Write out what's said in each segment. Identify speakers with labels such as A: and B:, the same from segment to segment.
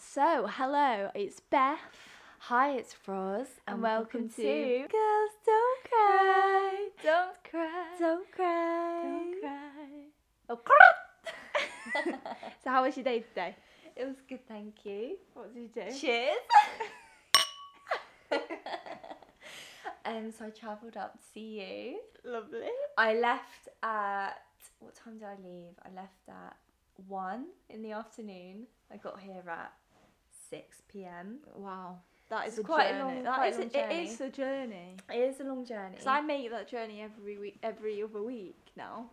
A: So, hello, it's Beth,
B: Hi, it's Roz,
A: and, welcome, to
B: Girls Don't Cry.
A: Don't Cry,
B: Don't cry.
A: Don't Cry.
B: Oh,
A: So, how was your day today?
B: it was good, thank you.
A: What did you do?
B: Cheers. um, so I travelled up to see you.
A: Lovely.
B: I left at what time did I leave? I left at one in the afternoon. I got here at six p.m.
A: Wow, that
B: It's
A: is a
B: quite a
A: journey.
B: long-
A: That
B: quite a
A: is
B: long
A: It
B: journey.
A: is a journey.
B: It is a long journey.
A: Because I make that journey every week, every other week now.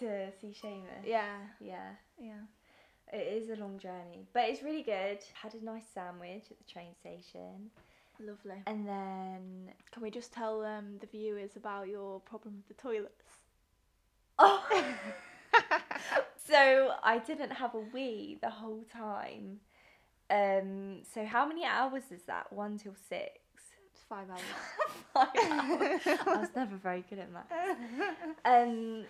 B: to see Seamus.
A: Yeah,
B: yeah.
A: yeah.
B: It is a long journey, but it's really good. Had a nice sandwich at the train station,
A: Lovely.
B: and then
A: Can we just tell um, the viewers about your problem with the toilets?
B: oh, so I didn't have a wee the whole time. Um, so how many hours is that? One till six.
A: It's five hours.
B: Five hours. I was never very good at math. Um,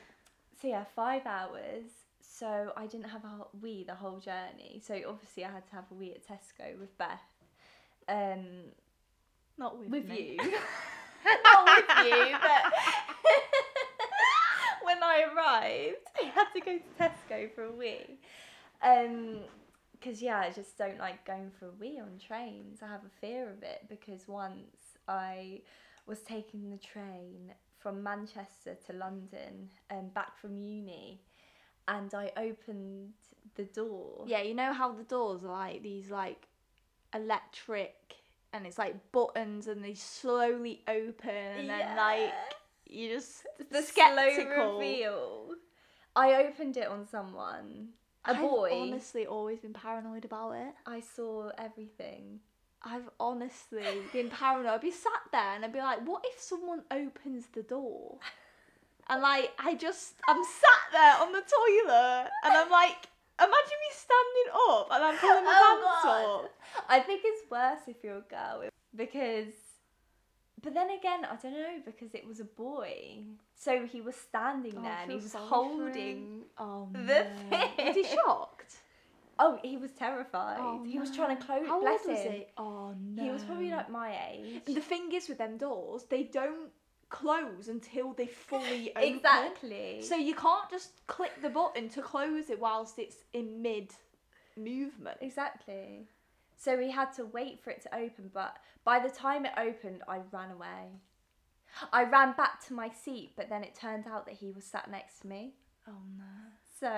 B: so yeah, five hours. So I didn't have a ho- wee the whole journey. So obviously I had to have a wee at Tesco with Beth. Um,
A: Not with,
B: with
A: me.
B: you. Not with you, but when I arrived, I had to go to Tesco for a wee. Um 'cause because yeah, I just don't like going for a wee on trains. I have a fear of it because once I was taking the train from Manchester to London and back from uni, and I opened the door.
A: Yeah, you know how the doors are like these like electric and it's like buttons and they slowly open and then like you just
B: the
A: the
B: slow
A: skeptical.
B: reveal. I opened it on someone. A
A: I've
B: boy.
A: honestly always been paranoid about it.
B: I saw everything.
A: I've honestly been paranoid. I'd be sat there and I'd be like, what if someone opens the door? And like I just I'm sat there on the toilet and I'm like imagine me standing up and I'm pulling my
B: Oh,
A: pants
B: God. I think it's worse if you're a girl because. But then again, I don't know because it was a boy, so he was standing
A: Oh, I
B: there and he
A: feel
B: was
A: sorry for
B: holding.
A: up. Oh no.
B: The
A: Was he
B: thing.
A: shocked?
B: Oh, he was terrified.
A: Oh,
B: he was
A: no.
B: trying to close.
A: How
B: bless
A: old was
B: him.
A: he? Oh no.
B: He was probably like my age.
A: And the thing is with them doors, they don't close until they fully open.
B: exactly.
A: So you can't just click the button to close it whilst it's in mid movement.
B: Exactly. So we had to wait for it to open, but by the time it opened, I ran away. I ran back to my seat, but then it turned out that he was sat next to me.
A: Oh no.
B: So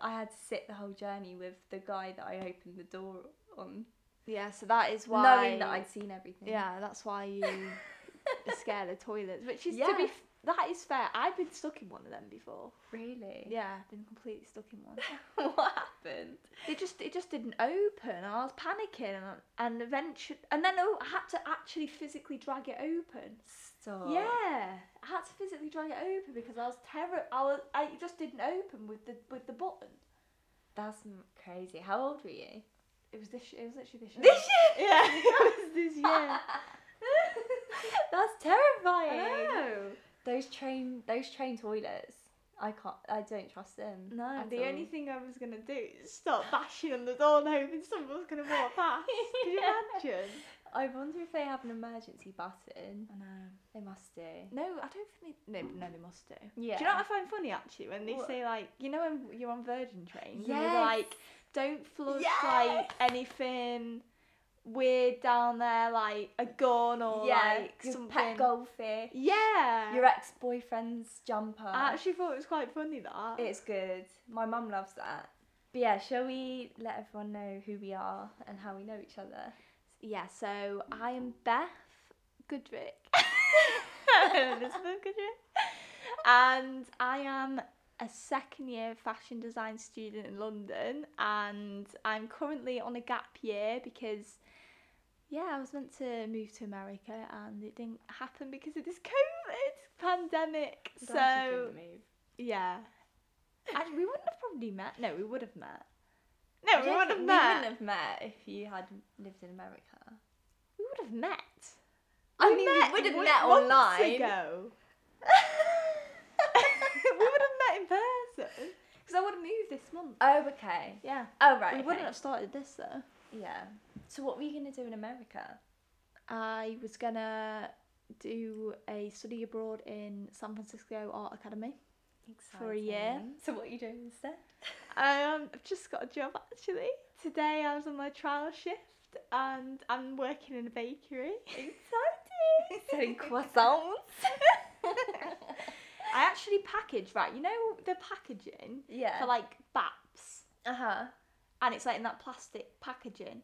B: I had to sit the whole journey with the guy that I opened the door on,
A: Yeah, so that is why
B: knowing that I'd seen everything.
A: Yeah, that's why you are scared of toilets. Which is to
B: Yeah.
A: be f- that is fair. I've been stuck in one of them before.
B: Really?
A: Yeah, been completely stuck in one.
B: what happened?
A: It just it just didn't open, and I was panicking, and, and eventually, and then oh, I had to actually physically drag it open.
B: Stop.
A: Yeah, I had to physically drag it open because I was terror. I was I it just didn't open with the with the button.
B: That's m- crazy. How old were you?
A: It was this. It was literally this.
B: This year.
A: Yeah, it was this year.
B: That's
A: I
B: terrifying.
A: know.
B: Those train those train toilets. I can't. I don't trust them.
A: No,
B: at
A: the
B: all.
A: only thing I was gonna do is start bashing on the door and hoping someone's gonna walk past. Can you
B: Yeah.
A: imagine?
B: I wonder if they have an emergency button.
A: I know.
B: They must do.
A: No, I don't think they. No, no, they must do.
B: Yeah.
A: Do you know what I find funny actually when they
B: What?
A: say like you know when you're on Virgin trains and
B: Yes.
A: they're like don't flush
B: Yes.
A: like anything weird down there like a gun or
B: yeah,
A: like
B: your
A: something.
B: pet goldfish.
A: Yeah.
B: Your ex boyfriend's jumper.
A: I actually thought it was quite funny that.
B: it's good. My mum loves that. But yeah, shall we let everyone know who we are and how we know each other?
A: Yeah. So I am Beth Goodrick. Elizabeth Goodrick. And I am a second year fashion design student in London and I'm currently on a gap year because yeah, I was meant to move to America and it didn't happen because of this COVID pandemic. so
B: move.
A: yeah. Actually we wouldn't have probably met. No, we would have met.
B: I
A: No,
B: don't
A: we
B: think
A: would have
B: we
A: met.
B: wouldn't have met if you had lived in America.
A: We would have met.
B: I mean, we would have
A: mon-
B: met
A: months
B: online.
A: ago. we would have met in person. Because I would have moved this month.
B: Oh, okay.
A: Yeah.
B: Oh, right.
A: we
B: okay.
A: wouldn't have started this though.
B: Yeah. So what were you gonna do in America?
A: I was gonna do a study abroad in San Francisco Art Academy. For a year.
B: Exciting. So what are you doing instead?
A: Um, I've just got a job actually. Today I was on my trial shift and I'm working in a bakery.
B: Exciting. Selling croissants.
A: I actually package right. You know the packaging
B: yeah.
A: for like baps,
B: uh huh.
A: and it's like in that plastic packaging.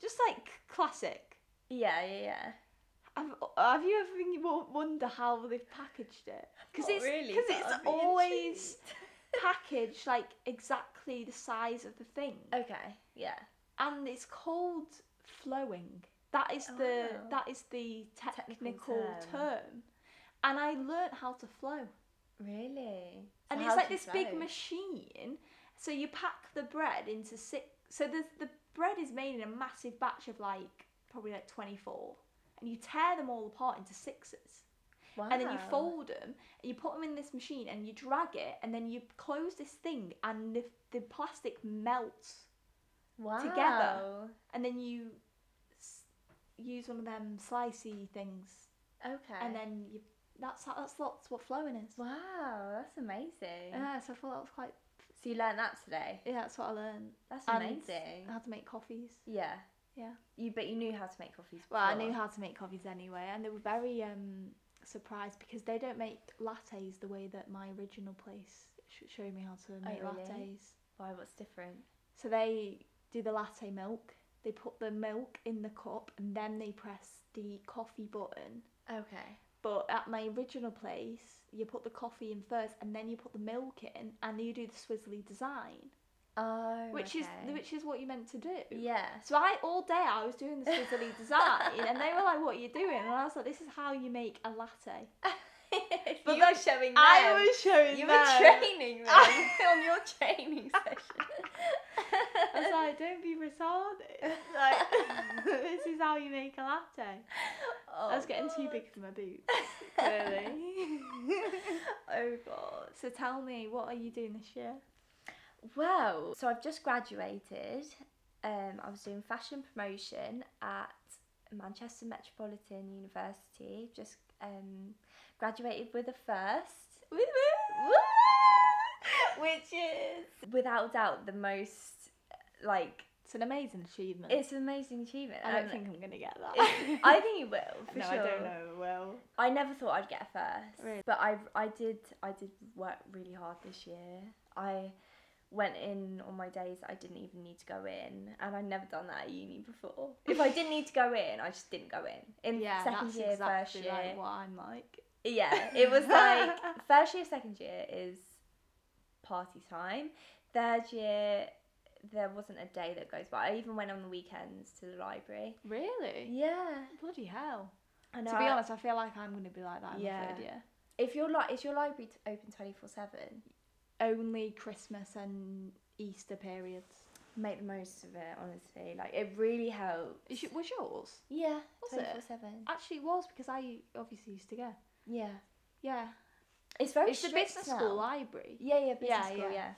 A: Just like classic.
B: Yeah, yeah, yeah.
A: Have, have you ever been- wo- wonder how they've packaged it?
B: Not
A: it's
B: Oh, really,
A: cause
B: but
A: it's
B: I'd be
A: always
B: intrigued.
A: packaged like exactly the size of the thing,
B: okay. Yeah.
A: and it's called flowing. That is
B: Oh,
A: the
B: wow.
A: that is the
B: Technical
A: technical,
B: term.
A: term. and I learnt how to flow.
B: Really. So
A: and
B: how
A: it's like
B: do you
A: this big
B: flow?
A: machine. So you pack the bread into six. So the the bread is made in a massive batch of like probably like twenty four, and you tear them all apart into sixes, and then you
B: Wow.
A: fold them, and you put them in this machine, and you drag it, and then you close this thing, and the, the plastic melts,
B: wow.
A: together. and then you s- use one of them slicey things,
B: Okay.
A: and then you that's how, that's lots what flowing is.
B: wow, that's amazing.
A: Yeah, so I thought that was quite
B: so you learned that today.
A: yeah, that's what I learned.
B: That's
A: And
B: amazing.
A: How to make coffees.
B: uh, yeah.
A: Yeah.
B: You but you knew how to make coffees. Before.
A: Well, I knew how to make coffees anyway, and they were very um, surprised because they don't make lattes the way that my original place sh- showed me how to make
B: Oh, really?
A: lattes.
B: Why? What's different?
A: So they do the latte milk. They put the milk in the cup and then they press the coffee button.
B: Okay.
A: But at my original place, you put the coffee in first and then you put the milk in, and you do the swizzly design,
B: Oh.
A: which
B: okay.
A: is which is what you're meant to do.
B: Yeah.
A: So I all day I was doing the swizzly design, and they were like, "What are you doing?" And I was like, "This is how you make a latte."
B: but you
A: the-
B: were showing them.
A: I was showing
B: you
A: them.
B: were training them on your training
A: I was
B: session.
A: like, "Don't be retarded. Like, this is how you make a latte."
B: Oh,
A: I was getting too
B: God.
A: big for my boots, clearly.
B: oh god.
A: so tell me, what are you doing this year?
B: Well, so I've just graduated. Um, I was doing fashion promotion at Manchester Metropolitan University. Just um, graduated with a first.
A: Woo woo.
B: Woo! Which is without doubt the most like
A: It's an amazing achievement.
B: it's an amazing achievement.
A: I don't
B: and
A: think I'm gonna get that.
B: it's- I think you will for
A: no,
B: sure.
A: I don't know. Well,
B: I never thought I'd get a first,
A: Really?
B: but I I did I did work really hard this year. I went in on my days I didn't even need to go in, and I'd never done that at uni before. If I didn't need to go in, I just didn't go in. In
A: yeah,
B: second
A: that's
B: year,
A: exactly
B: first year,
A: like what I'm like.
B: yeah, it was like first year, second year is party time. Third year, there wasn't a day that goes by. I even went on the weekends to the library.
A: Really?
B: Yeah,
A: Bloody hell.
B: I know.
A: to be
B: I-
A: honest, I feel like I'm going to be like that in my
B: Yeah.
A: third year.
B: if your li- is your library t- open twenty four seven.
A: Only Christmas and Easter periods.
B: make the most of it honestly like it really helps
A: Is it, was yours?
B: yeah
A: Was it?
B: 24 7
A: Actually, it was because I obviously used to go.
B: yeah
A: Yeah.
B: it's very
A: it's the
B: strict
A: business
B: now.
A: school library.
B: yeah yeah business
A: Yeah,
B: school yeah.
A: yeah.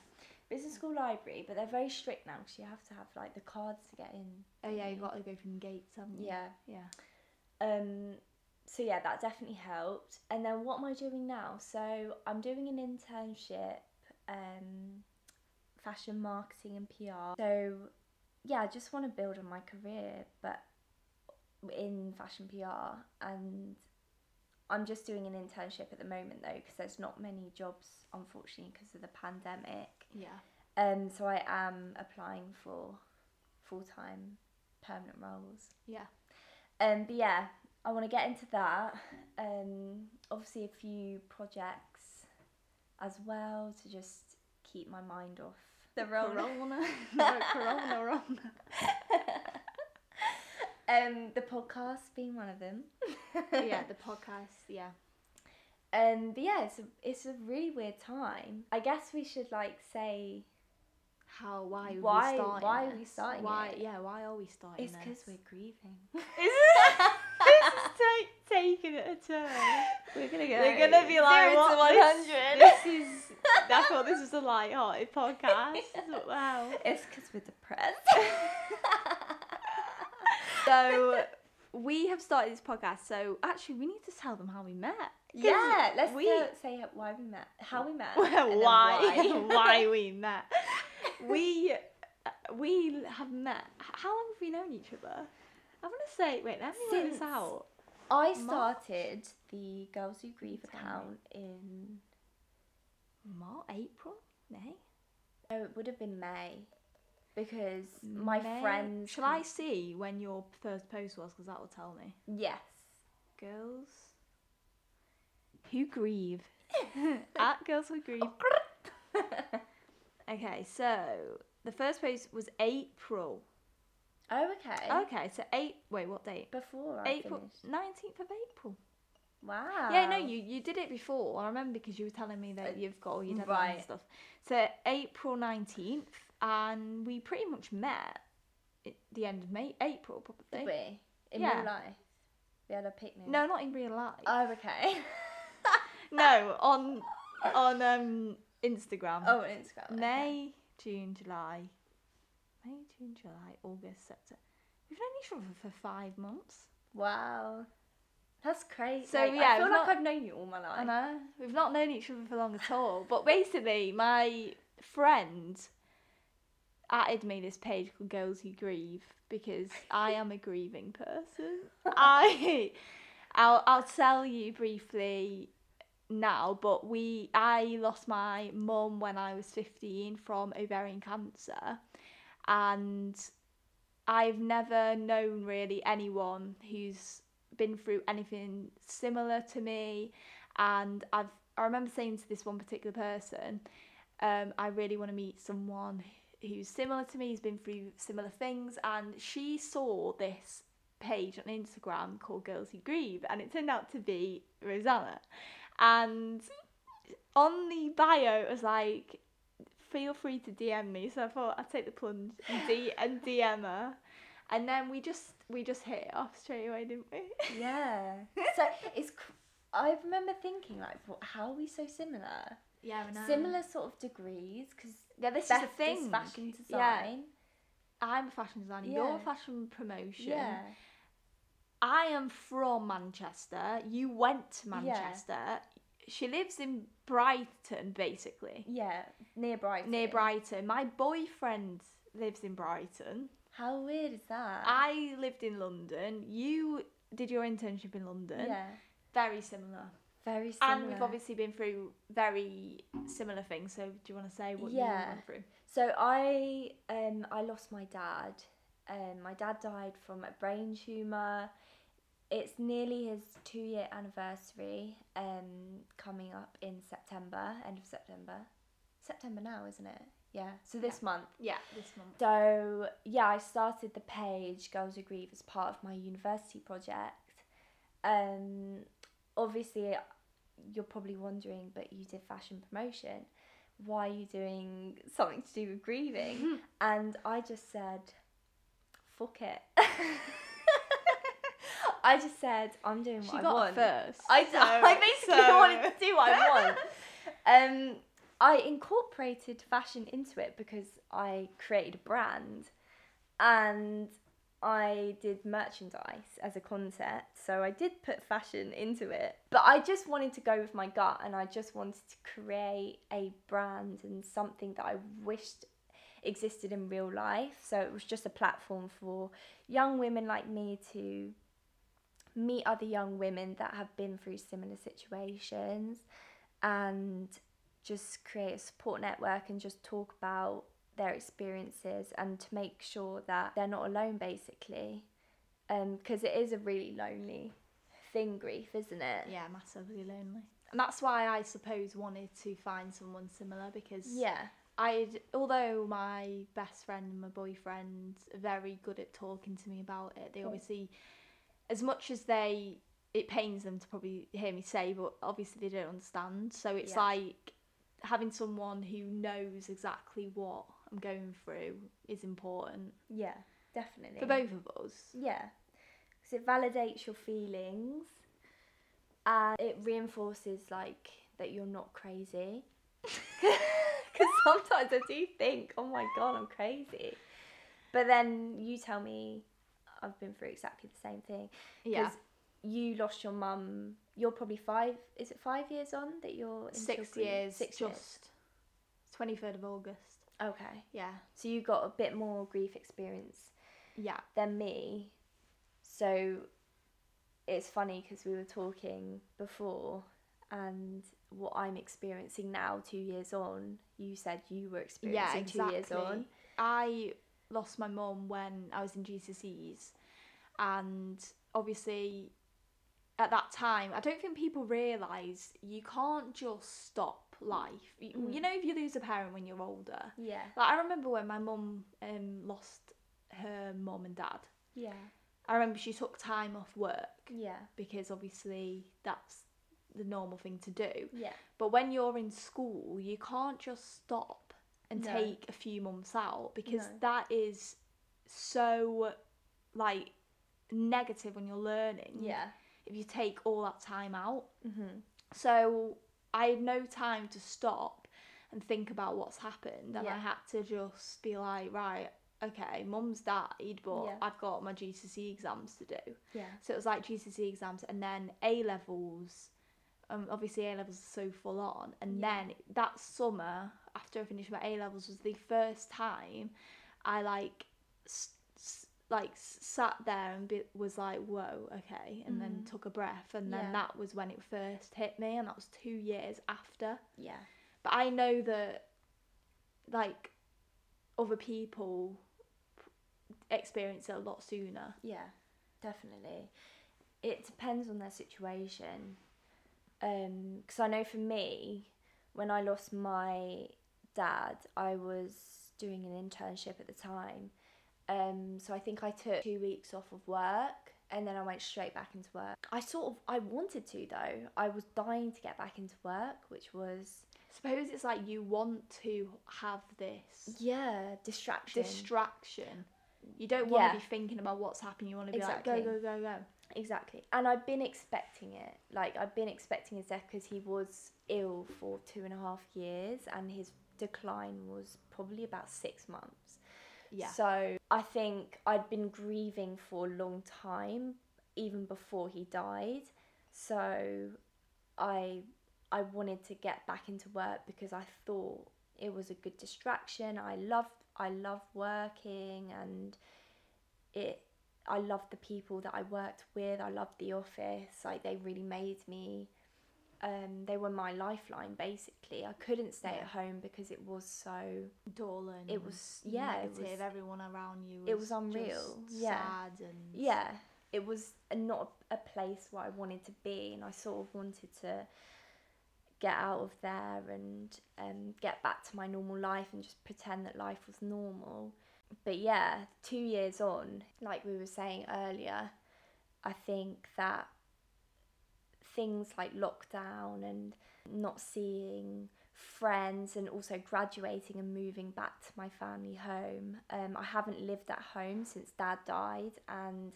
B: business school library but they're very strict now because you have to have like the cards to get in
A: Oh, yeah, you've got to go from the gates, haven't you?
B: yeah
A: Yeah.
B: um so yeah that definitely helped and then what am i doing now so i'm doing an internship um fashion marketing and pr so yeah i just want to build on my career but in fashion pr and i'm just doing an internship at the moment though because there's not many jobs unfortunately because of the pandemic
A: Yeah.
B: um so i am applying for full-time permanent roles
A: Yeah.
B: um, but yeah, I want to get into that. Um, obviously, a few projects as well to just keep my mind off the
A: Corona. No, corona, Rona.
B: um, the podcast being one of them.
A: yeah, the podcast. Yeah.
B: Um, but yeah, it's a, it's a really weird time. I guess we should like say
A: How, why, are
B: Why-
A: we starting
B: why are we
A: this?
B: starting
A: Why,
B: it?
A: yeah, why are we starting
B: it's
A: this?
B: because we're grieving.
A: Is it? is ta- taking it a turn.
B: We're gonna go.
A: They're gonna be like,
B: zero
A: what?
B: to one hundred.
A: This, this is. I thought this was a light-hearted podcast. Wow.
B: It's because we're depressed.
A: So we have started this podcast. So actually, we need to tell them how we met. 'Cause
B: yeah, let's
A: we-
B: do- say why we met, how we met,
A: why
B: and then
A: why, we met. We uh, we have met. h- How long have we known each other? I want to say. Wait, let me work
B: Since-
A: this out.
B: I
A: March.
B: started the Girls Who Grieve
A: Tell me.
B: account in
A: March, April, May.
B: no, oh, it would have been May because my
A: May.
B: friends.
A: Shall I see when your first post was? Because that will tell me.
B: Yes.
A: Girls who grieve at girls who grieve. Okay, so the first post was April.
B: oh, okay.
A: Okay, so eight. Wait, what date?
B: Before I
A: April
B: finished.
A: nineteenth of April.
B: Wow.
A: Yeah, no, you you did it before. I remember because you were telling me
B: Um, Uh,
A: that you've got all your deadlines
B: right.
A: and stuff. So April nineteenth, and we pretty much met at the end of May, April
B: Did
A: probably.
B: we? In
A: Yeah.
B: real life. We had a picnic.
A: No, not in real life.
B: Oh, okay.
A: no, on on um Instagram.
B: oh, on Instagram. okay.
A: May, June, July, May, June, July, August, September. We've known each other for five months.
B: Wow. That's crazy.
A: So,
B: Like,
A: yeah,
B: I feel
A: we've
B: like
A: not-
B: I've known you all my life.
A: I know. We've not known each other for long at all. But basically, my friend added me this page called Girls Who Grieve because I am a grieving person. I, I'll, I'll tell you briefly now, but we, I lost my mum when I was 15 from ovarian cancer. And I've never known really anyone who's been through anything similar to me and I've I remember saying to this one particular person, um, I really want to meet someone who's similar to me, who's been through similar things, and she saw this page on Instagram called Girls Who Grieve, and it turned out to be Rosanna, and on the bio it was like. Feel free to DM me. So I thought I'd take the plunge and, D- and DM her, and then we just we just hit it off straight away, didn't we?
B: Yeah. so it's. Cr- I remember thinking like, wh- how are we so similar?
A: Yeah,
B: Similar sort of degrees because
A: Yeah, this
B: Beth
A: is the thing.
B: does fashion
A: Yeah,
B: design.
A: I'm a fashion designer. You're
B: Yeah.
A: a fashion promotion.
B: Yeah.
A: I am from Manchester. You went to Manchester. She lives in Brighton, basically,
B: Yeah. Near Brighton.
A: near Brighton. My boyfriend lives in Brighton.
B: How weird is that?
A: I lived in London. You did your internship in London.
B: Yeah.
A: Very similar.
B: Very similar.
A: And we've obviously been through very similar things. So, do you want to say what
B: Yeah.
A: you went through?
B: So I um I lost my dad. Um, my dad died from a brain tumor. It's nearly his two year anniversary. Um, coming up in September, end of September. September now, isn't it? Yeah. So this month.
A: Yeah, this month.
B: So yeah, I started the page Girls Who Grieve as part of my university project. Um, obviously, you're probably wondering, but you did fashion promotion. Why are you doing something to do with grieving? and I just said, "Fuck it." I just said, "I'm doing what
A: She
B: I
A: got
B: want."
A: first.
B: I,
A: so-
B: I basically
A: so-
B: wanted to do what I want. Um, I incorporated fashion into it because I created a brand and I did merchandise as a concept. So I did put fashion into it. But I just wanted to go with my gut and I just wanted to create a brand and something that I wished existed in real life. So it was just a platform for young women like me to meet other young women that have been through similar situations and just create a support network and just talk about their experiences and to make sure that they're not alone basically because it is a really lonely thing grief isn't it
A: Yeah, massively lonely. And that's why I suppose wanted to find someone similar because
B: yeah
A: I'd although my best friend and my boyfriend are very good at talking to me about it, they
B: Yeah.
A: obviously as much as they it pains them to probably hear me say, but obviously they don't understand. So it's
B: Yeah.
A: like having someone who knows exactly what I'm going through is important
B: yeah definitely
A: for both of us.
B: yeah because it validates your feelings and it reinforces like that you're not crazy. Because sometimes I do think, oh my god, I'm crazy. But then you tell me I've been through exactly the same thing.
A: Yeah.
B: 'Cause You lost your mum. You're probably five. Is it five years on that you're in
A: Six
B: children?
A: years.
B: Six years.
A: just. Twenty third of August.
B: Okay.
A: Yeah.
B: So you got a bit more grief experience
A: Yeah.
B: than me. So it's funny because we were talking before, and what I'm experiencing now, two years on, you said you were experiencing
A: Yeah.
B: two
A: Exactly.
B: years on.
A: I lost my mum when I was in GCSEs, E and obviously, at that time, I don't think people realise you can't just stop life. You,
B: Mm.
A: you know, if you lose a parent when you're older.
B: Yeah.
A: Like I remember when my mum um lost her mum and dad.
B: Yeah.
A: I remember she took time off work
B: Yeah.
A: because obviously that's the normal thing to do.
B: Yeah.
A: But when you're in school, you can't just stop and
B: No.
A: take a few months out because
B: No.
A: that is so like negative when you're learning.
B: Yeah.
A: If you take all that time out.
B: Mm-hmm.
A: So I had no time to stop and think about what's happened, and
B: Yeah.
A: I had to just be like, right, okay, mum's died, but
B: Yeah.
A: I've got my GCSE E exams to do.
B: Yeah.
A: So it was like GCSE E exams and then A levels. Um, obviously A levels are so full on, and
B: Yeah.
A: then that summer after I finished my A levels was the first time I like s- s- like s- sat there and be- was like, whoa, okay, and then took a breath, and then
B: Mm. Yeah.
A: that was when it first hit me, and that was two years after.
B: Yeah.
A: But I know that like other people experience it a lot sooner.
B: Yeah, definitely. It depends on their situation. Because I know for me, when I lost my dad, I was doing an internship at the time. Um, so I think I took two weeks off of work and then I went straight back into work. I sort of, I wanted to though. I was dying to get back into work, which was,
A: suppose it's like you want to have this
B: yeah, distraction.
A: distraction. You don't want
B: Yeah.
A: to be thinking about what's happening. You want to be
B: Exactly.
A: like, go, go, go, go.
B: Exactly. And I've been expecting it. Like, I've been expecting his death because he was ill for two and a half years and his decline was probably about six months.
A: Yeah.
B: So I think I'd been grieving for a long time, even before he died. So I I wanted to get back into work because I thought it was a good distraction. I loved I loved working and it I loved the people that I worked with. I loved the office. Like they really made me um, they were my lifeline basically. I couldn't stay
A: Yeah.
B: at home because it was so
A: dull and
B: it was yeah, it
A: negative.
B: was
A: Everyone around you. Was
B: it was unreal.
A: just
B: Yeah.
A: Sad and
B: yeah it was a- not a place where i wanted to be and i sort of wanted to get out of there and um, get back to my normal life and just pretend that life was normal but yeah two years on like we were saying earlier i think that things like lockdown and not seeing friends and also graduating and moving back to my family home. Um, I haven't lived at home since dad died, and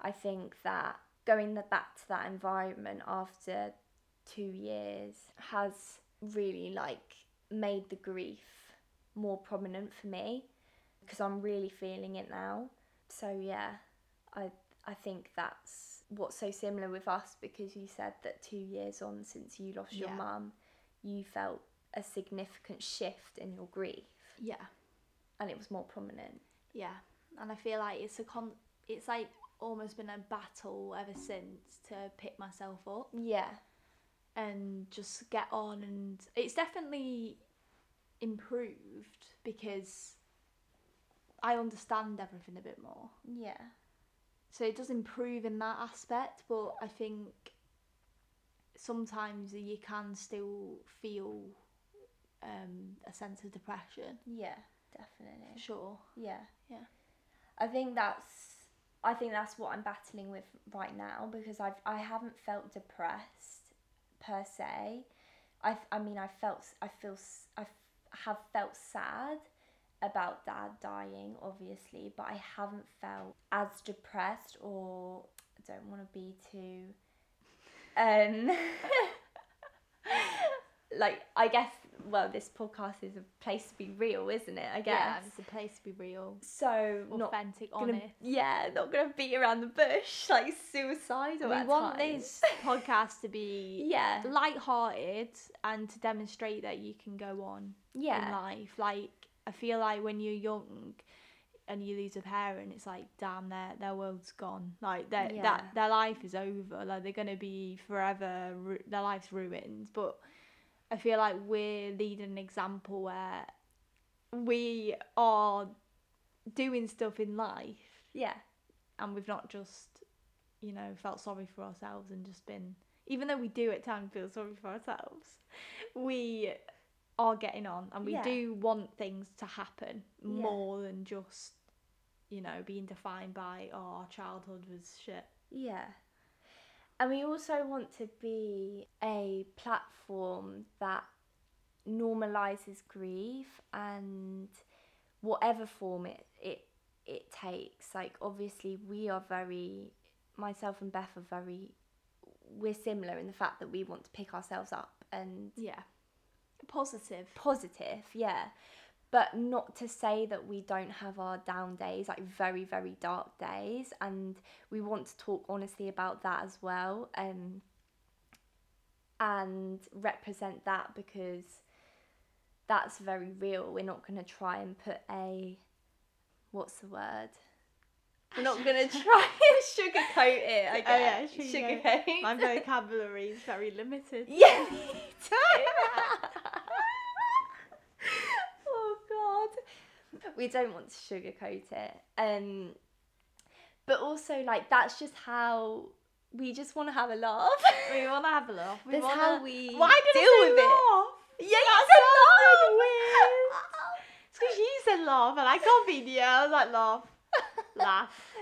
B: I think that going the, back to that environment after two years has really like made the grief more prominent for me because I'm really feeling it now. So yeah, I I think that's what's so similar with us because you said that two years on since you lost your
A: Yeah.
B: mum, you felt a significant shift in your grief
A: yeah,
B: and it was more prominent.
A: yeah. And I feel like it's a con. It's like almost been a battle ever since to pick myself up.
B: Yeah.
A: and just get on and it's definitely improved because I understand everything a bit more.
B: Yeah.
A: So it does improve in that aspect, but I think sometimes you can still feel um, a sense of depression.
B: Yeah,
A: For
B: definitely.
A: sure.
B: Yeah.
A: Yeah.
B: I think that's I think that's what I'm battling with right now because I've I haven't felt depressed per se. I I mean I felt I feel s- I f- have felt sad about dad dying obviously, but I haven't felt as depressed or I don't want to be too. Um, like I guess well, this podcast is a place to be real, isn't it? I guess.
A: Yeah, it's a place to be real,
B: So not
A: authentic,
B: gonna
A: honest.
B: yeah, not gonna beat around the bush like suicidal.
A: We
B: at
A: want
B: times.
A: this podcast to be
B: Yeah,
A: light-hearted and to demonstrate that you can go on in
B: yeah,
A: life. Like I feel like when you're young and you lose a parent, it's like damn their their world's gone. Like their that
B: Yeah.
A: their life is over. Like they're gonna be forever. Ru- their life's ruined. But I feel like we're leading an example where we are doing stuff in life,
B: yeah,
A: and we've not just you know felt sorry for ourselves and just been. Even though we do at times feel sorry for ourselves, we are getting on and we
B: Yeah.
A: do want things to happen
B: Yeah.
A: more than just you know being defined by oh, our childhood was shit
B: yeah. And we also want to be a platform that normalizes grief and whatever form it it it takes. Like obviously we are very myself and Beth are very we're similar in the fact that we want to pick ourselves up and
A: yeah positive
B: positive, yeah. But not to say that we don't have our down days, like very, very dark days. And we want to talk honestly about that as well um, and represent that because that's very real. We're not going to try and put a, what's the word? We're not going to try and sugarcoat it, I
A: Oh, yeah,
B: guess.
A: sugarcoat.
B: sugarcoat.
A: my vocabulary is very limited
B: Yeah, me too. oh god. We don't want to sugarcoat it. Um but also like that's just how we just want to have a laugh.
A: we want to have a laugh we
B: that's
A: wanna...
B: how we
A: why did
B: deal
A: I say
B: with it.
A: laugh?
B: Yeah, you said laugh.
A: it's because you said laugh and i can't be the i was like laugh laugh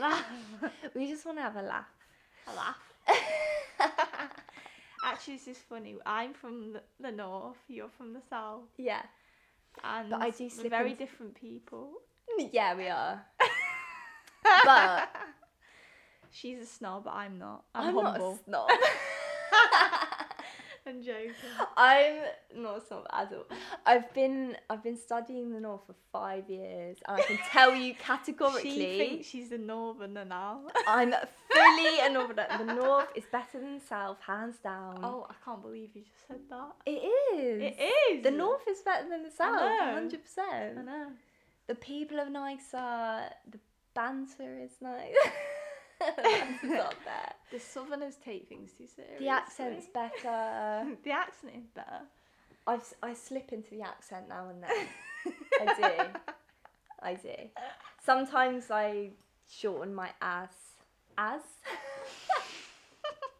A: laugh
B: we just want to have a laugh.
A: laugh actually this is funny i'm from the, the north you're from the south
B: yeah.
A: and
B: But I do
A: we're
B: slip
A: very
B: into-
A: different people.
B: Mm, Yeah, we are. but
A: She's a snob, I'm not. I'm,
B: I'm,
A: humble.
B: not a snob.
A: I'm joking.
B: I'm not some adult. I've been I've been studying the North for five years, and I can tell you
A: She
B: categorically,
A: thinks she's a northerner now.
B: I'm fully a Northerner. The North is better than the South, hands down.
A: oh, I can't believe you just said that.
B: it Mm. is.
A: It is
B: The North is better than the South,
A: know.
B: hundred
A: I
B: percent.
A: know.
B: The people are nicer. The banter is nice. the banter's up there.
A: The southerners take things too seriously.
B: The accent's better.
A: the accent is better.
B: I've, s- I slip into the accent now and then. I do. I do. Sometimes I shorten my ass as.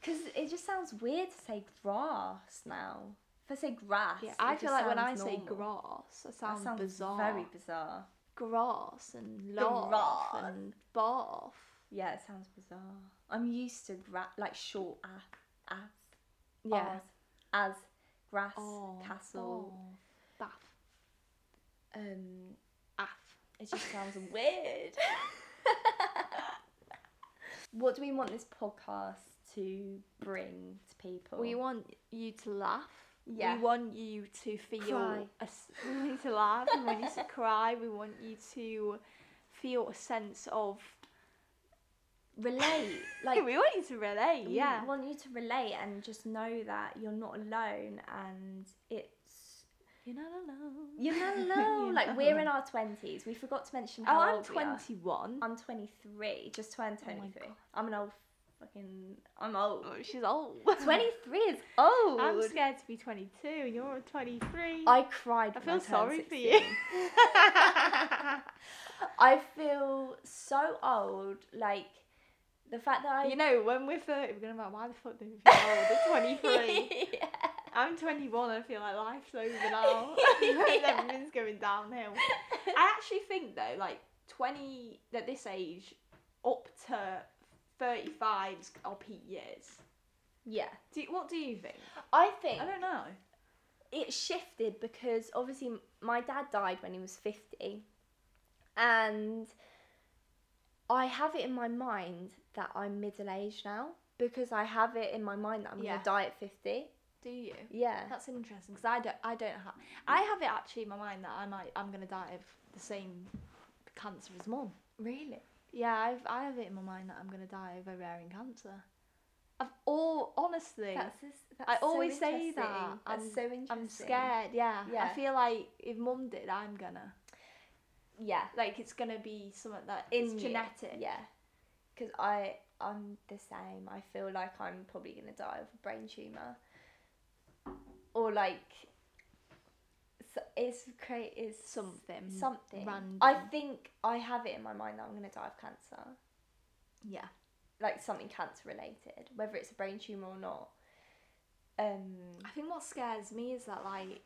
B: Because it just sounds weird to say grass now. If I say grass,
A: Yeah,
B: it
A: I
B: just
A: feel like when I
B: sounds
A: say
B: normal.
A: grass, I
B: that
A: sound
B: sounds
A: bizarre.
B: very bizarre.
A: grass and laugh
B: Grass.
A: and bath.
B: Yeah, it sounds bizarre. I'm used to gra- like short a- as,
A: Yeah.
B: as, as, grass,
A: Oh,
B: castle.
A: oh, bath,
B: Um,
A: aff.
B: It just sounds weird. what do we want this podcast to bring to people?
A: We want you to laugh.
B: Oh. Yeah.
A: We want you to feel.
B: Cry.
A: a s- we want you to laugh. We want you to cry. We want you to feel a sense of.
B: relate. Like
A: we want you to relate.
B: we
A: yeah.
B: want you to relate and just know that you're not alone and it's
A: You're not alone.
B: you're not alone. like
A: not
B: we're in
A: alone.
B: our twenties. We forgot to mention
A: Oh,
B: how
A: I'm
B: old we are.
A: 21.
B: I'm 23. Just turned
A: Oh my
B: 23.
A: God.
B: I'm an old fucking. I'm old.
A: Oh, she's old.
B: 23 is old.
A: I'm scared to be 22, and you're 23.
B: I cried.
A: I
B: when
A: feel
B: turned
A: sorry for you.
B: 16. I feel so old. Like the fact that I.
A: you know, when we're 30, we're gonna be like, why the fuck do we feel old at 23?
B: Yeah.
A: I'm 21 and I feel like life's over now.
B: Yeah.
A: Everything's going downhill. I actually think though, like 20 at this age, up to 35 's our peak years.
B: yeah.
A: Do you, what do you think?
B: I think
A: I don't know.
B: it shifted because obviously m- my dad died when he was 50. And I have it in my mind that I'm middle aged now because I have it in my mind that I'm
A: Yeah.
B: gonna die at fifty.
A: Do you?
B: Yeah.
A: That's interesting because I don't, I don't have, I have it actually in my mind that I might, I'm gonna die of the same cancer as mum.
B: Really?
A: Yeah, I've, I have it in my mind that I'm gonna die of ovarian cancer. I've all honestly,
B: That's, just, that's
A: I
B: so
A: always say that.
B: interesting. That's
A: I'm-
B: so interesting.
A: I'm scared. Yeah.
B: Yeah.
A: I feel like if mum did, I'm gonna
B: Yeah.
A: like it's gonna be something that
B: In
A: is
B: you.
A: genetic.
B: Yeah. Because I I'm the same. I feel like I'm probably gonna die of a brain tumor. Or like. So it's great. Is
A: Something.
B: something.
A: Random.
B: I think I have it in my mind that I'm gonna die of cancer.
A: yeah.
B: like something cancer related, whether it's a brain tumor or not. Um,
A: I think what scares me is that like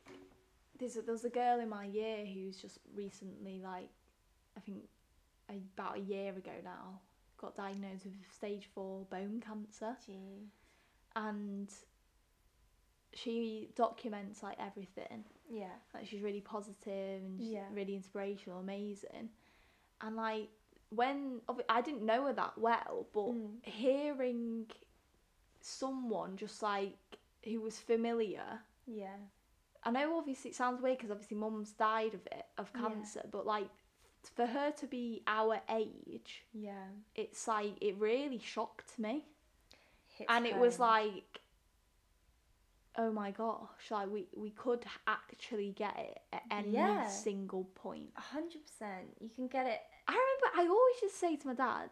A: there's a, there was a girl in my year who's just recently like I think a, about a year ago now got diagnosed with stage four bone cancer and she documents like everything
B: yeah,
A: like she's really positive and she's
B: Yeah.
A: really inspirational amazing and like when obvi- i didn't know her that well but
B: Mm.
A: hearing someone just like who was familiar
B: yeah,
A: I know obviously it sounds weird because obviously mum's died of it of
B: Yeah.
A: cancer, but like for her to be our age,
B: yeah.
A: it's like it really shocked me,
B: Hits
A: and it was
B: home.
A: like, oh my gosh, like we we could actually get it at any
B: Yeah.
A: single point.
B: a hundred percent. You can get it.
A: I remember I always just say to my dad,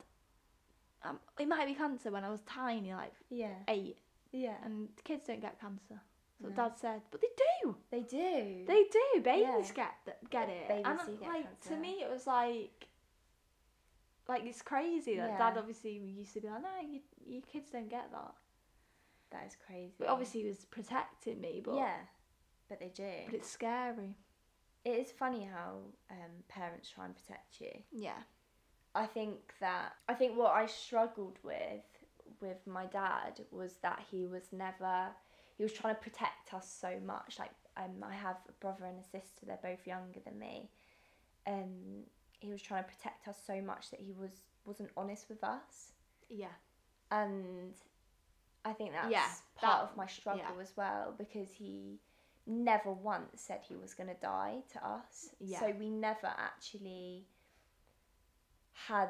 A: um, it might be cancer when I was tiny, like
B: Yeah,
A: eight,
B: yeah.
A: and kids don't get cancer. So
B: No.
A: dad said, but they do.
B: They do.
A: They do. Babies
B: Yeah.
A: get th- get it.
B: Babies
A: and
B: do
A: it-
B: get
A: like
B: cancer.
A: to me, it was like, like it's crazy that
B: Yeah.
A: Dad obviously used to be like, no, you, your kids don't get that.
B: that is crazy.
A: But obviously, he was protecting me. But
B: yeah, but they do.
A: but it's scary.
B: it is funny how um, parents try and protect you.
A: Yeah,
B: I think that I think what I struggled with with my dad was that he was never he was trying to protect us so much. Like um, I have a brother and a sister; they're both younger than me. Um, he was trying to protect us so much that he was wasn't honest with us,
A: yeah,
B: and I think that's
A: Yeah,
B: part
A: that-
B: of my struggle as well because he never once said he was going to die to us.
A: Yeah.
B: So we never actually had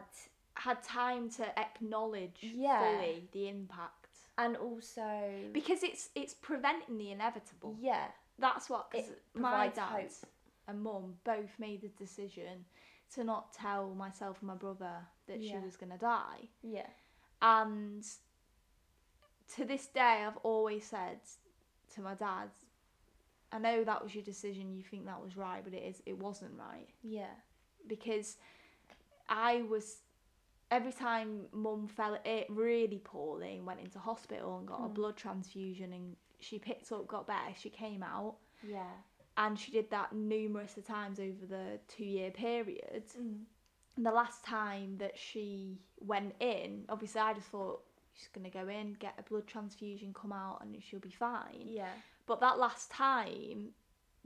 A: had time to acknowledge
B: Yeah.
A: fully the impact
B: and also
A: because it's it's preventing the inevitable.
B: yeah
A: That's what. Cause
B: It
A: my
B: provides
A: dad
B: hope.
A: and mum both made the decision to not tell myself and my brother that
B: Yeah.
A: she was gonna die.
B: yeah
A: And to this day, I've always said to my dad, I know that was your decision, you think that was right, but it is it wasn't right.
B: yeah
A: Because I was every time mum fell it really poorly and went into hospital and got a
B: Mm.
A: blood transfusion and she picked up, got better, she came out
B: yeah
A: and she did that numerous of times over the two year period.
B: Mm,
A: And the last time that she went in, obviously I just thought she's gonna go in, get a blood transfusion, come out, and she'll be fine.
B: yeah
A: But that last time,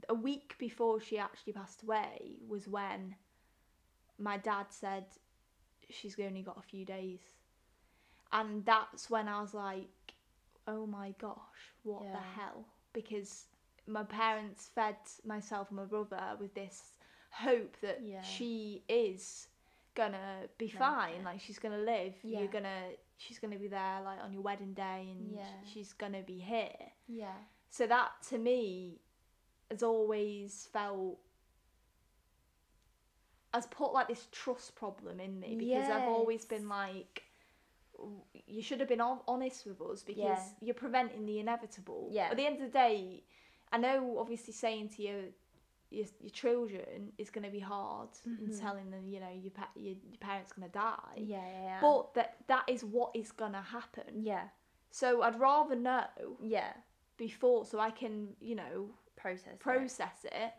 A: a week before she actually passed away, was when my dad said she's only got a few days, and that's when I was like, oh my gosh, what the
B: Yeah.
A: hell? Because my parents fed myself and my brother with this hope that
B: Yeah.
A: she is gonna be
B: Make
A: fine
B: it.
A: like she's gonna live
B: Yeah.
A: you're gonna she's gonna be there like on your wedding day and
B: Yeah.
A: sh- she's gonna be here
B: yeah
A: so that to me has always felt has put like this trust problem in me because I've always been
B: Yes.
A: like w- you should have been hon- honest with us because
B: Yeah.
A: you're preventing the inevitable.
B: Yeah.
A: At the end of the day, I know obviously saying to your your, your children is going to be hard and
B: Mhm.
A: telling them you know your pa- your, your parents going to die.
B: yeah yeah
A: But that that is what is going to happen.
B: yeah
A: So I'd rather know
B: yeah
A: before so I can, you know,
B: process it.
A: process it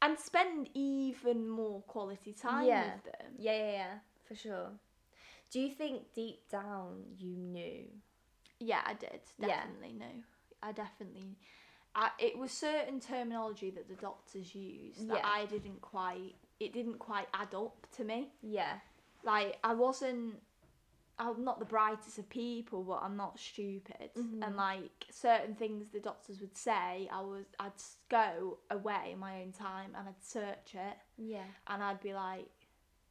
A: and spend even more quality time
B: Yeah.
A: with them.
B: yeah yeah yeah for sure do you think deep down you knew
A: Yeah, I did.
B: Yeah.
A: Definitely no. I definitely I, it was certain terminology that the doctors used that
B: Yeah.
A: I didn't quite it didn't quite add up to me.
B: yeah
A: like I wasn't I'm not the brightest of people, but I'm not stupid.
B: Mhm.
A: And like certain things the doctors would say, I was I'd s- go away in my own time and I'd search it
B: Yeah.
A: and I'd be like,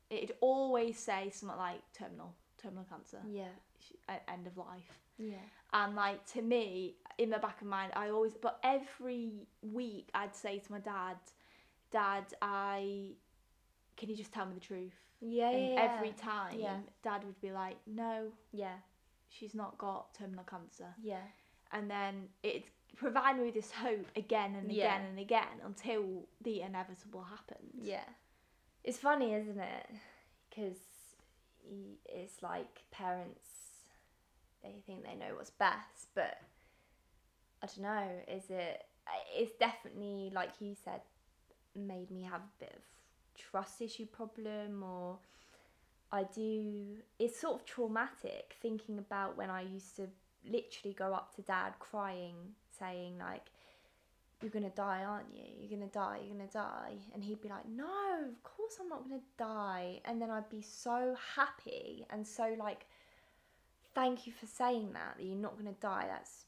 A: it'd always say something like terminal, terminal cancer,
B: Yeah.
A: sh- e- end of life.
B: Yeah.
A: And like to me, in the back of mind, I always, but every week I'd say to my dad, Dad, I, can you just tell me the truth?
B: Yeah.
A: and
B: Oh, yeah,
A: every
B: yeah.
A: time,
B: Yeah.
A: Dad would be like, No,
B: Yeah.
A: she's not got terminal cancer.
B: Yeah.
A: And then it provided me with this hope again and
B: Yeah.
A: again and again until the inevitable happened.
B: Yeah. It's funny, isn't it? Because it's like parents, they think they know what's best, but I don't know, is it? I- It's definitely, like you said, made me have a bit of trust issue problem or I do it's sort of traumatic thinking about when I used to literally go up to dad crying saying like you're gonna die, aren't you? You're gonna die, you're gonna die. And he'd be like, No, of course I'm not gonna die. And then I'd be so happy and so like, Thank you for saying that, that you're not gonna die. That's,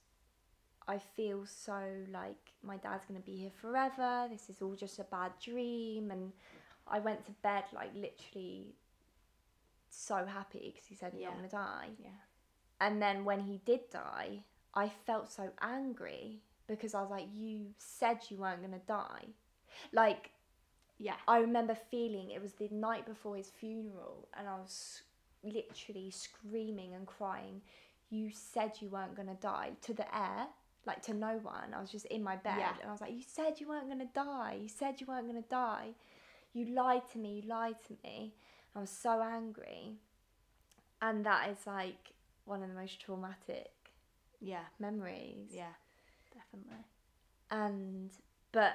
B: I feel so like my dad's gonna be here forever. This is all just a bad dream. And I went to bed like literally so happy because he said, You're
A: Yeah.
B: not gonna die.
A: Yeah.
B: And then when he did die, I felt so angry because I was like, You said you weren't going to die. Like,
A: Yeah.
B: I remember feeling it was the night before his funeral, and I was literally screaming and crying, You said you weren't going to die to the air, like to no one. I was just in my bed,
A: Yeah.
B: and I was like, You said you weren't going to die. You said you weren't going to die. You lied to me. You lied to me. I was so angry. And that is like one of the most traumatic
A: Yeah.
B: memories.
A: Yeah. Definitely.
B: And, but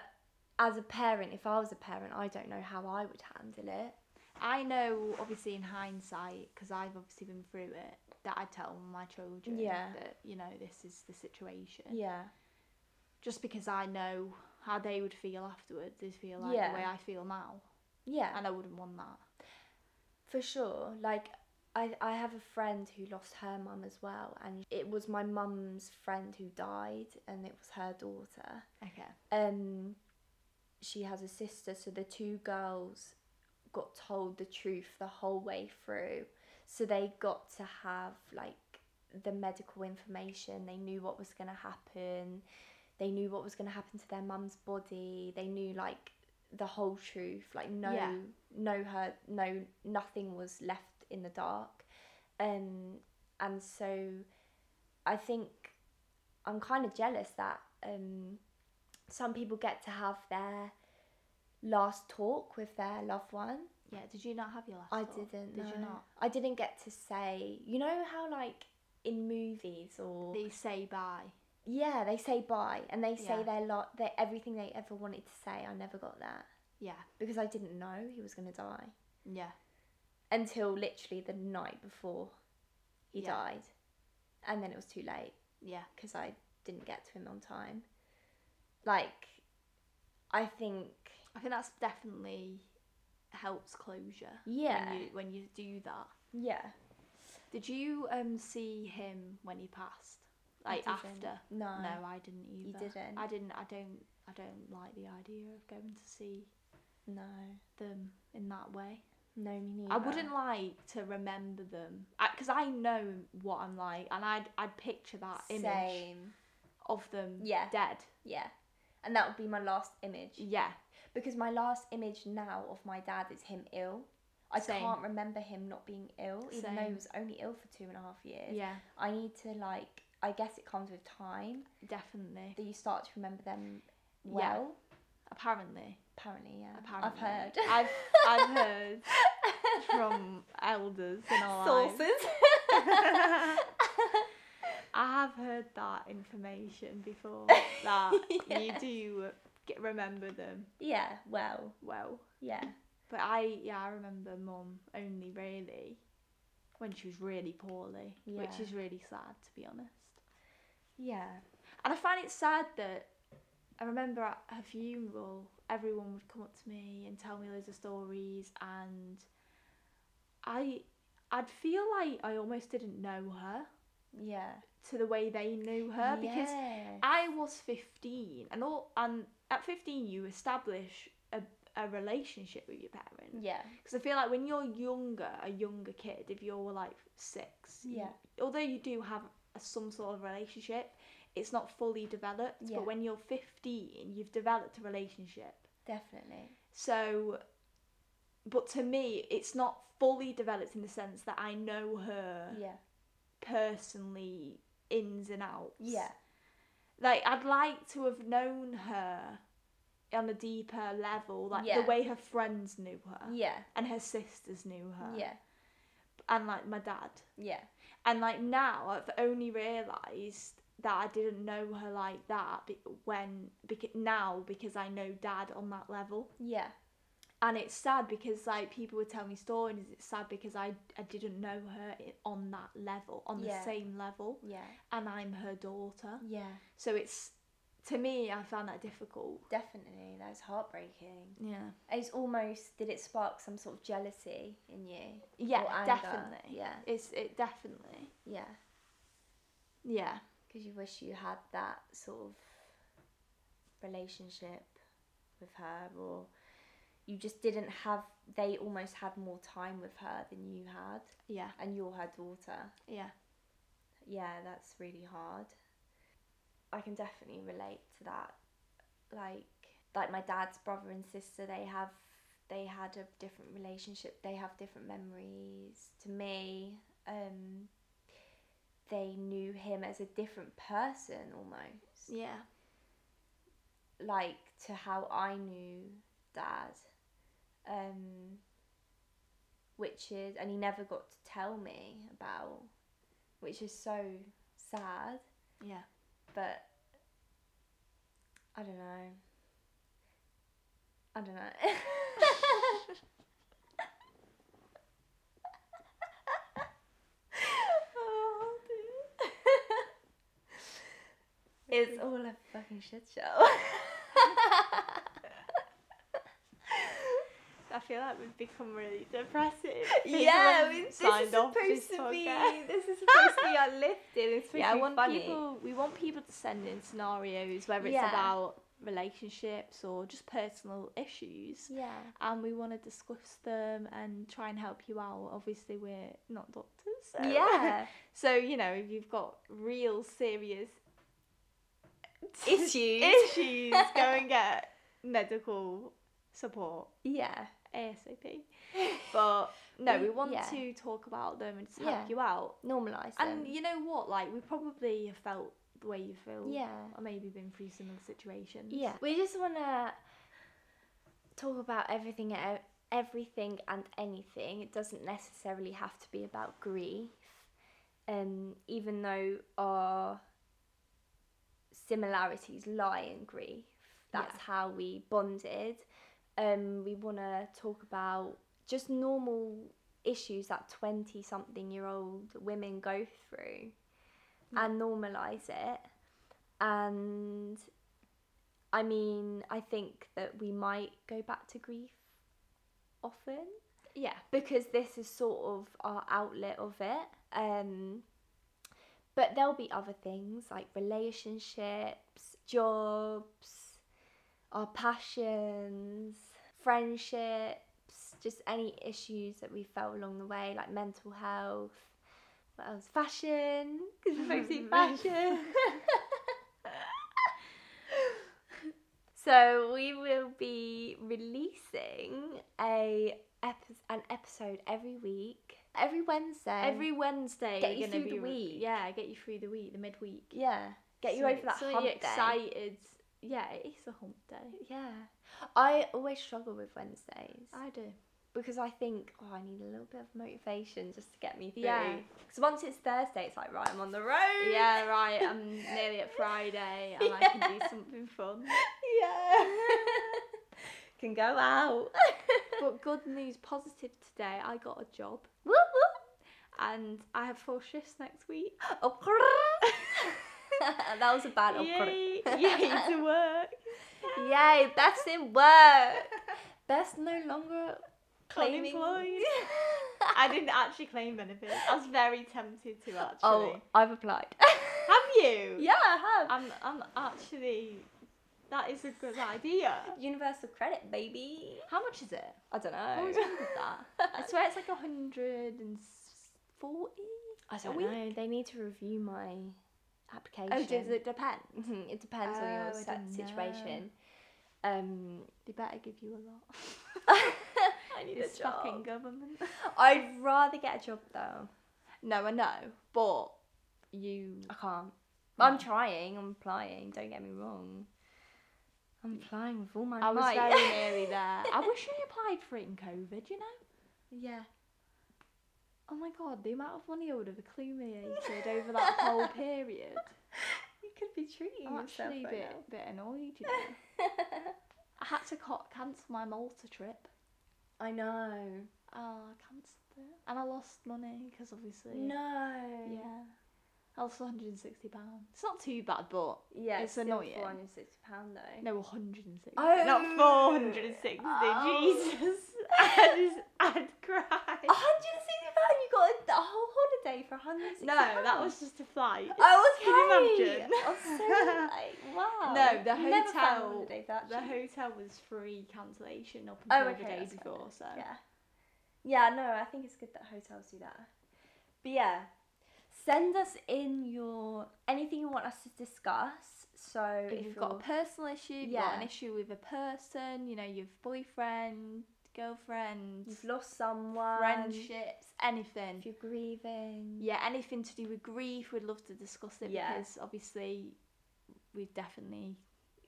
B: as a parent, if I was a parent, I don't know how I would handle it.
A: I know, obviously, in hindsight, because I've obviously been through it, that I tell my children
B: Yeah.
A: that, you know, this is the situation.
B: Yeah.
A: Just because I know how they would feel afterwards, they feel like
B: Yeah.
A: the way I feel now.
B: Yeah.
A: And I wouldn't want that.
B: For sure. Like, I, I have a friend who lost her mum as well, and it was my mum's friend who died, and it was her daughter.
A: Okay.
B: um she has a sister so the two girls got told the truth the whole way through so they got to have like the medical information they knew what was going to happen they knew what was going to happen to their mum's body they knew like the whole truth like no
A: Yeah.
B: no her no nothing was left in the dark um and so i think i'm kind of jealous that um some people get to have their last talk with their loved one.
A: Yeah. Did you not have your last
B: I
A: thought?
B: didn't.
A: Oh, Did
B: no.
A: you not?
B: I didn't get to say. You know how like in movies or
A: They say bye.
B: yeah, they say bye and they say
A: Yeah.
B: their lot, their everything they ever wanted to say. I never got that
A: Yeah.
B: because I didn't know he was gonna die
A: Yeah.
B: until literally the night before he
A: Yeah.
B: died, and then it was too late.
A: Yeah.
B: because I didn't get to him on time. Like, I think,
A: I think that's definitely helps closure.
B: Yeah.
A: When you, when you do that.
B: yeah.
A: Did you um see him when he passed?
B: I
A: Like
B: didn't.
A: after?
B: No.
A: No, I didn't
B: You
A: either.
B: didn't?
A: I didn't. I don't. I don't like the idea of going to see
B: No.
A: them in that way.
B: No, me neither.
A: I wouldn't like to remember them because I, know what I'm like, and I'd I'd picture that image
B: Same.
A: of them
B: Yeah.
A: dead.
B: Yeah. And that would be my last image.
A: Yeah,
B: Because my last image now of my dad is him ill. I
A: Same.
B: can't remember him not being ill, even though he
A: Same.
B: was only ill for two and a half years.
A: yeah,
B: I need to, like, I guess it comes with time
A: definitely.
B: that you start to remember them
A: Yeah.
B: well.
A: Apparently,
B: Apparently, yeah.
A: apparently,
B: I've heard.
A: I've I've heard from elders in our lives. I have heard that information before that you
B: Yeah.
A: do get, remember them
B: yeah, well,
A: well.
B: yeah.
A: But I, yeah, I remember mum only really when she was really poorly, which
B: Yeah.
A: is really sad to be honest.
B: Yeah.
A: And I find it sad that I remember at her funeral, everyone would come up to me and tell me loads of stories, and I I'd feel like I almost didn't know her
B: Yeah.
A: to the way they knew her because
B: Yeah.
A: I was 15 and all and at 15 you establish a, a relationship with your parents
B: yeah.
A: because I feel like when you're younger a younger kid if you're like 6 you-
B: Yeah.
A: although you do have a, some sort of relationship it's not fully developed
B: Yeah.
A: but when you're 15 you've developed a relationship
B: Definitely.
A: so but to me it's not fully developed in the sense that I know her
B: Yeah.
A: personally ins and outs
B: Yeah.
A: like I'd like to have known her on a deeper level, like
B: Yeah.
A: the way her friends knew her
B: Yeah.
A: and her sisters knew her,
B: Yeah.
A: and like my dad.
B: Yeah.
A: And like now, I've only realised that I didn't know her like that be- when beca- now because I know dad on that level,
B: Yeah.
A: and it's sad because like people would tell me stories. It's sad because I I didn't know her i- on that level, on
B: Yeah.
A: the same level,
B: Yeah.
A: and I'm her daughter.
B: Yeah.
A: So it's to me, I found that difficult.
B: Definitely. That's heartbreaking.
A: Yeah.
B: It's almost did it spark some sort of jealousy in you?
A: Yeah,
B: Or anger.
A: definitely.
B: Yeah.
A: It's it definitely.
B: Yeah.
A: Yeah.
B: Because you wish you had that sort of relationship with her, or you just didn't have. They almost had more time with her than you had,
A: Yeah.
B: and you're her daughter.
A: Yeah.
B: Yeah, that's really hard. I can definitely relate to that. Like, like my dad's brother and sister, they have, they had a different relationship. They have different memories to me. Um, they knew him as a different person almost
A: Yeah.
B: like to how I knew dad, um, which is, and he never got to tell me about, which is so sad,
A: Yeah.
B: but I don't know. I don't know. Oh, dear. It's all a fucking shit show.
A: I feel like we've become really depressing.
B: yeah, we, this is supposed to be. This is supposed to be uplifting. It's supposed
A: Yeah, I
B: to be
A: want
B: funny.
A: people. We want people to send in scenarios, whether it's
B: Yeah.
A: about relationships or just personal issues,
B: Yeah,
A: and we want to discuss them and try and help you out. Obviously, we're not doctors. So.
B: yeah.
A: So you know, if you've got real serious
B: Issues.
A: issues, go and get medical support
B: yeah,
A: ASAP. But no, we
B: We-
A: want
B: yeah.
A: to talk about them and just
B: Yeah.
A: help you out.
B: normalize
A: And you know what? Like we probably have felt the way you feel.
B: yeah,
A: Or maybe been through similar situations.
B: yeah. We just wanna talk about everything, e- everything and anything. It doesn't necessarily have to be about grief. Um, even though our similarities lie in grief. That's
A: Yeah.
B: how we bonded. Um, we want to talk about just normal issues that 20 something year old women go through
A: Yeah.
B: and normalize it. And I mean, I think that we might go back to grief often
A: Yeah.
B: because this is sort of our outlet of it. Um, but there'll be other things like relationships, jobs, our passions, friendships, just any issues that we felt along the way, like mental health. What else? Fashion, because we're mostly fashion. so we will be releasing a epi- an episode every week, every Wednesday.
A: Every Wednesday,
B: Um, Get
A: we're
B: you
A: gonna
B: through the
A: be re-
B: week.
A: Yeah, get you through the week, the midweek.
B: yeah, get you
A: So-
B: over that
A: so
B: hump
A: you're
B: day.
A: excited. Yeah, it is a hump day.
B: Yeah, I always struggle with Wednesdays
A: I do.
B: because I think, oh, I need a little bit of motivation just to get me through.
A: Yeah.
B: Because once it's Thursday, it's like right, I'm on the road.
A: Yeah, right. I'm nearly at Friday and I can do
B: Yeah.
A: something fun.
B: yeah. Can go out.
A: But good news, positive today. I got a job
B: Whoop, whoop.
A: and I have four shifts next week.
B: Oh, brrr. that was a bad. oh, brrr.
A: Yay! Yay to work.
B: Yay, Beth's in work. Beth's no longer claiming.
A: Unemployed. I didn't actually claim benefits. I was very tempted to actually.
B: Oh, I've applied.
A: Have you?
B: yeah, I have.
A: I'm, I'm actually. That is a good idea.
B: Universal credit, baby.
A: How much is it?
B: I don't know.
A: I always wondered that. I swear it's like 140.
B: I
A: don't know,
B: They need to review my application.
A: Oh, does it depend?
B: Mhm, It depends on
A: Oh, I
B: your set-
A: didn't know.
B: situation. Um,
A: They better give you a lot.
B: I need
A: this fucking government.
B: I'd rather get a job though.
A: No, I know, but you.
B: I can't. I'm trying. I'm applying. Don't get me wrong. I'm applying with all my
A: I was
B: might.
A: very nearly there. I wish I applied for it in COVID. You know.
B: yeah.
A: Oh my god, the amount of money I would have accumulated over that whole period.
B: You could be treating
A: I'm
B: yourself
A: actually a bit,
B: right
A: bit annoyed. You know?
B: now.
A: I had to co- cancel my Malta trip.
B: I know.
A: Oh, I cancelled it, and I lost money because obviously.
B: No.
A: Yeah. I lost 160 pounds. It's not too bad, but
B: Yeah.
A: It's
B: still
A: annoying.
B: £460 though.
A: no, 160.
B: Oh.
A: Not 460.
B: Oh.
A: Jesus. I just, I'd
B: A
A: cry.
B: hundred and sixty pound. You got a, a whole holiday for a hundred and sixty.
A: No, that was just a flight.
B: I was
A: Can you imagine?
B: I was so like, wow.
A: No, the
B: Never found
A: hotel-
B: holiday that
A: The
B: cheap.
A: hotel was free cancellation up
B: Oh,
A: until
B: okay,
A: the day
B: that's fine
A: before, so.
B: Yeah. Yeah, no, I think it's good that hotels do that. But yeah, send us in your anything you want us to discuss. So
A: If you've got a
B: you're-
A: personal issue, you've got an
B: Yeah.
A: issue with a person, you know, your boyfriend, girlfriend,
B: you've lost someone,
A: friendships, anything.
B: if you're grieving,
A: yeah, anything to do with grief, we'd love to discuss it
B: Yeah.
A: because obviously we've definitely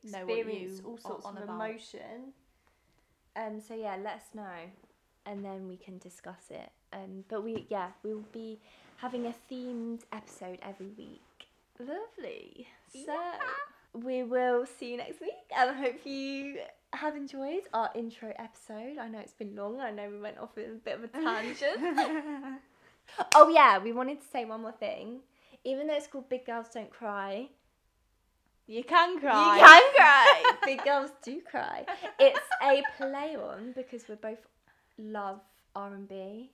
A: know what
B: experience
A: you
B: all
A: are
B: sorts
A: on
B: of
A: about.
B: emotion. Um. So yeah, let us know, and then we can discuss it. Um. But we yeah we will be having a themed episode every week.
A: Lovely. So,
B: we will see you next week and I hope you have enjoyed our intro episode. I know it's been long, I know we went off in a bit of a tangent. oh, yeah, we wanted to say one more thing. Even though it's called Big Girls Don't Cry,
A: you can cry.
B: you can cry. Big Girls Do Cry. It's a play on because we both love R&B.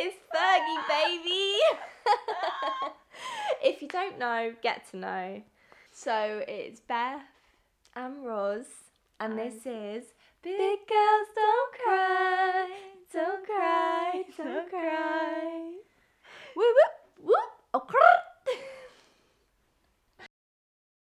B: it's Fergie, baby. if you don't know, get to know.
A: So it's Beth.
B: I'm Roz, and
A: I'm-
B: this is Big Girls. Oh,